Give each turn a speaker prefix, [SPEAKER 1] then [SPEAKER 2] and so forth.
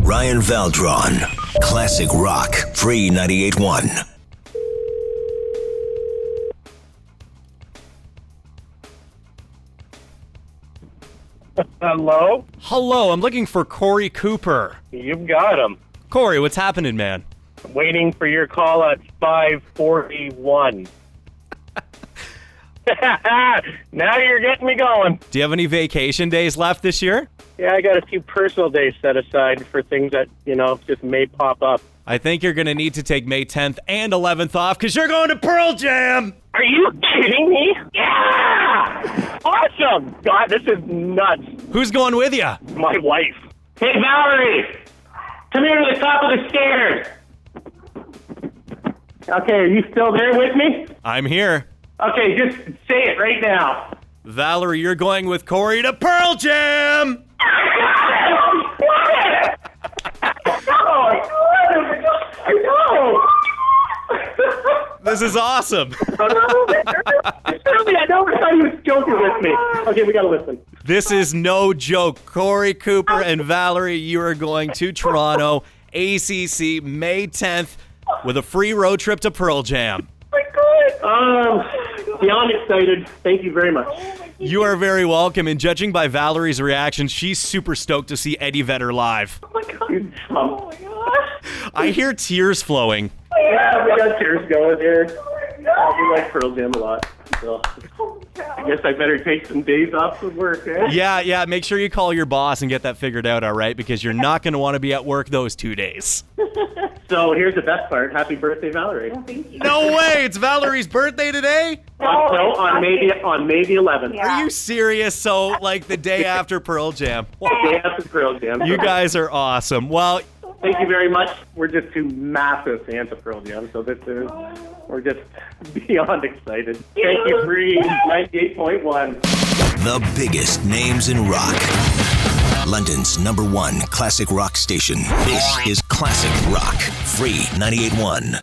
[SPEAKER 1] Ryan Valdron. Classic Rock, Free 981.
[SPEAKER 2] Hello?
[SPEAKER 3] Hello, I'm looking for Corey Cooper.
[SPEAKER 2] You've got him.
[SPEAKER 3] Corey, what's happening, man?
[SPEAKER 2] Waiting for your call at 541. now you're getting me going.
[SPEAKER 3] Do you have any vacation days left this year?
[SPEAKER 2] Yeah, I got a few personal days set aside for things that, you know, just may pop up.
[SPEAKER 3] I think you're going to need to take May 10th and 11th off because you're going to Pearl Jam.
[SPEAKER 2] Are you kidding me? Yeah! Awesome! God, this is nuts.
[SPEAKER 3] Who's going with you?
[SPEAKER 2] My wife.
[SPEAKER 4] Hey, Valerie! Come here to the top of the stairs! Okay, are you still there with me?
[SPEAKER 3] I'm here.
[SPEAKER 4] Okay, just say it right now.
[SPEAKER 3] Valerie, you're going with Corey to Pearl Jam. This is awesome.
[SPEAKER 4] Surely I know I thought he was joking with me. Okay, we gotta listen.
[SPEAKER 3] This is no joke. Corey Cooper and Valerie, you are going to Toronto, ACC, May 10th, with a free road trip to Pearl Jam.
[SPEAKER 4] Um, beyond excited. Thank you very much.
[SPEAKER 3] You are very welcome, and judging by Valerie's reaction, she's super stoked to see Eddie Vedder live.
[SPEAKER 4] Um,
[SPEAKER 3] I hear tears flowing.
[SPEAKER 4] yeah, we got tears going here. I do like Pearl Jam a lot. So I guess I better take some days off from work. Eh?
[SPEAKER 3] Yeah, yeah, make sure you call your boss and get that figured out, all right? Because you're not going to want to be at work those two days.
[SPEAKER 4] So here's the best part. Happy birthday, Valerie.
[SPEAKER 3] Oh, No way! It's Valerie's birthday today?
[SPEAKER 4] On, no, on May the, on May the 11th.
[SPEAKER 3] Are you serious? So, like, the day after Pearl Jam.
[SPEAKER 4] The day after Pearl Jam.
[SPEAKER 3] You guys are awesome. Well,
[SPEAKER 4] Thank you very much. We're just two massive fans of Pearl Jam, so this is we're just beyond excited. Thank you, Free 98.1.
[SPEAKER 1] The biggest names in rock. London's number one classic rock station. This is Classic Rock, Free 981.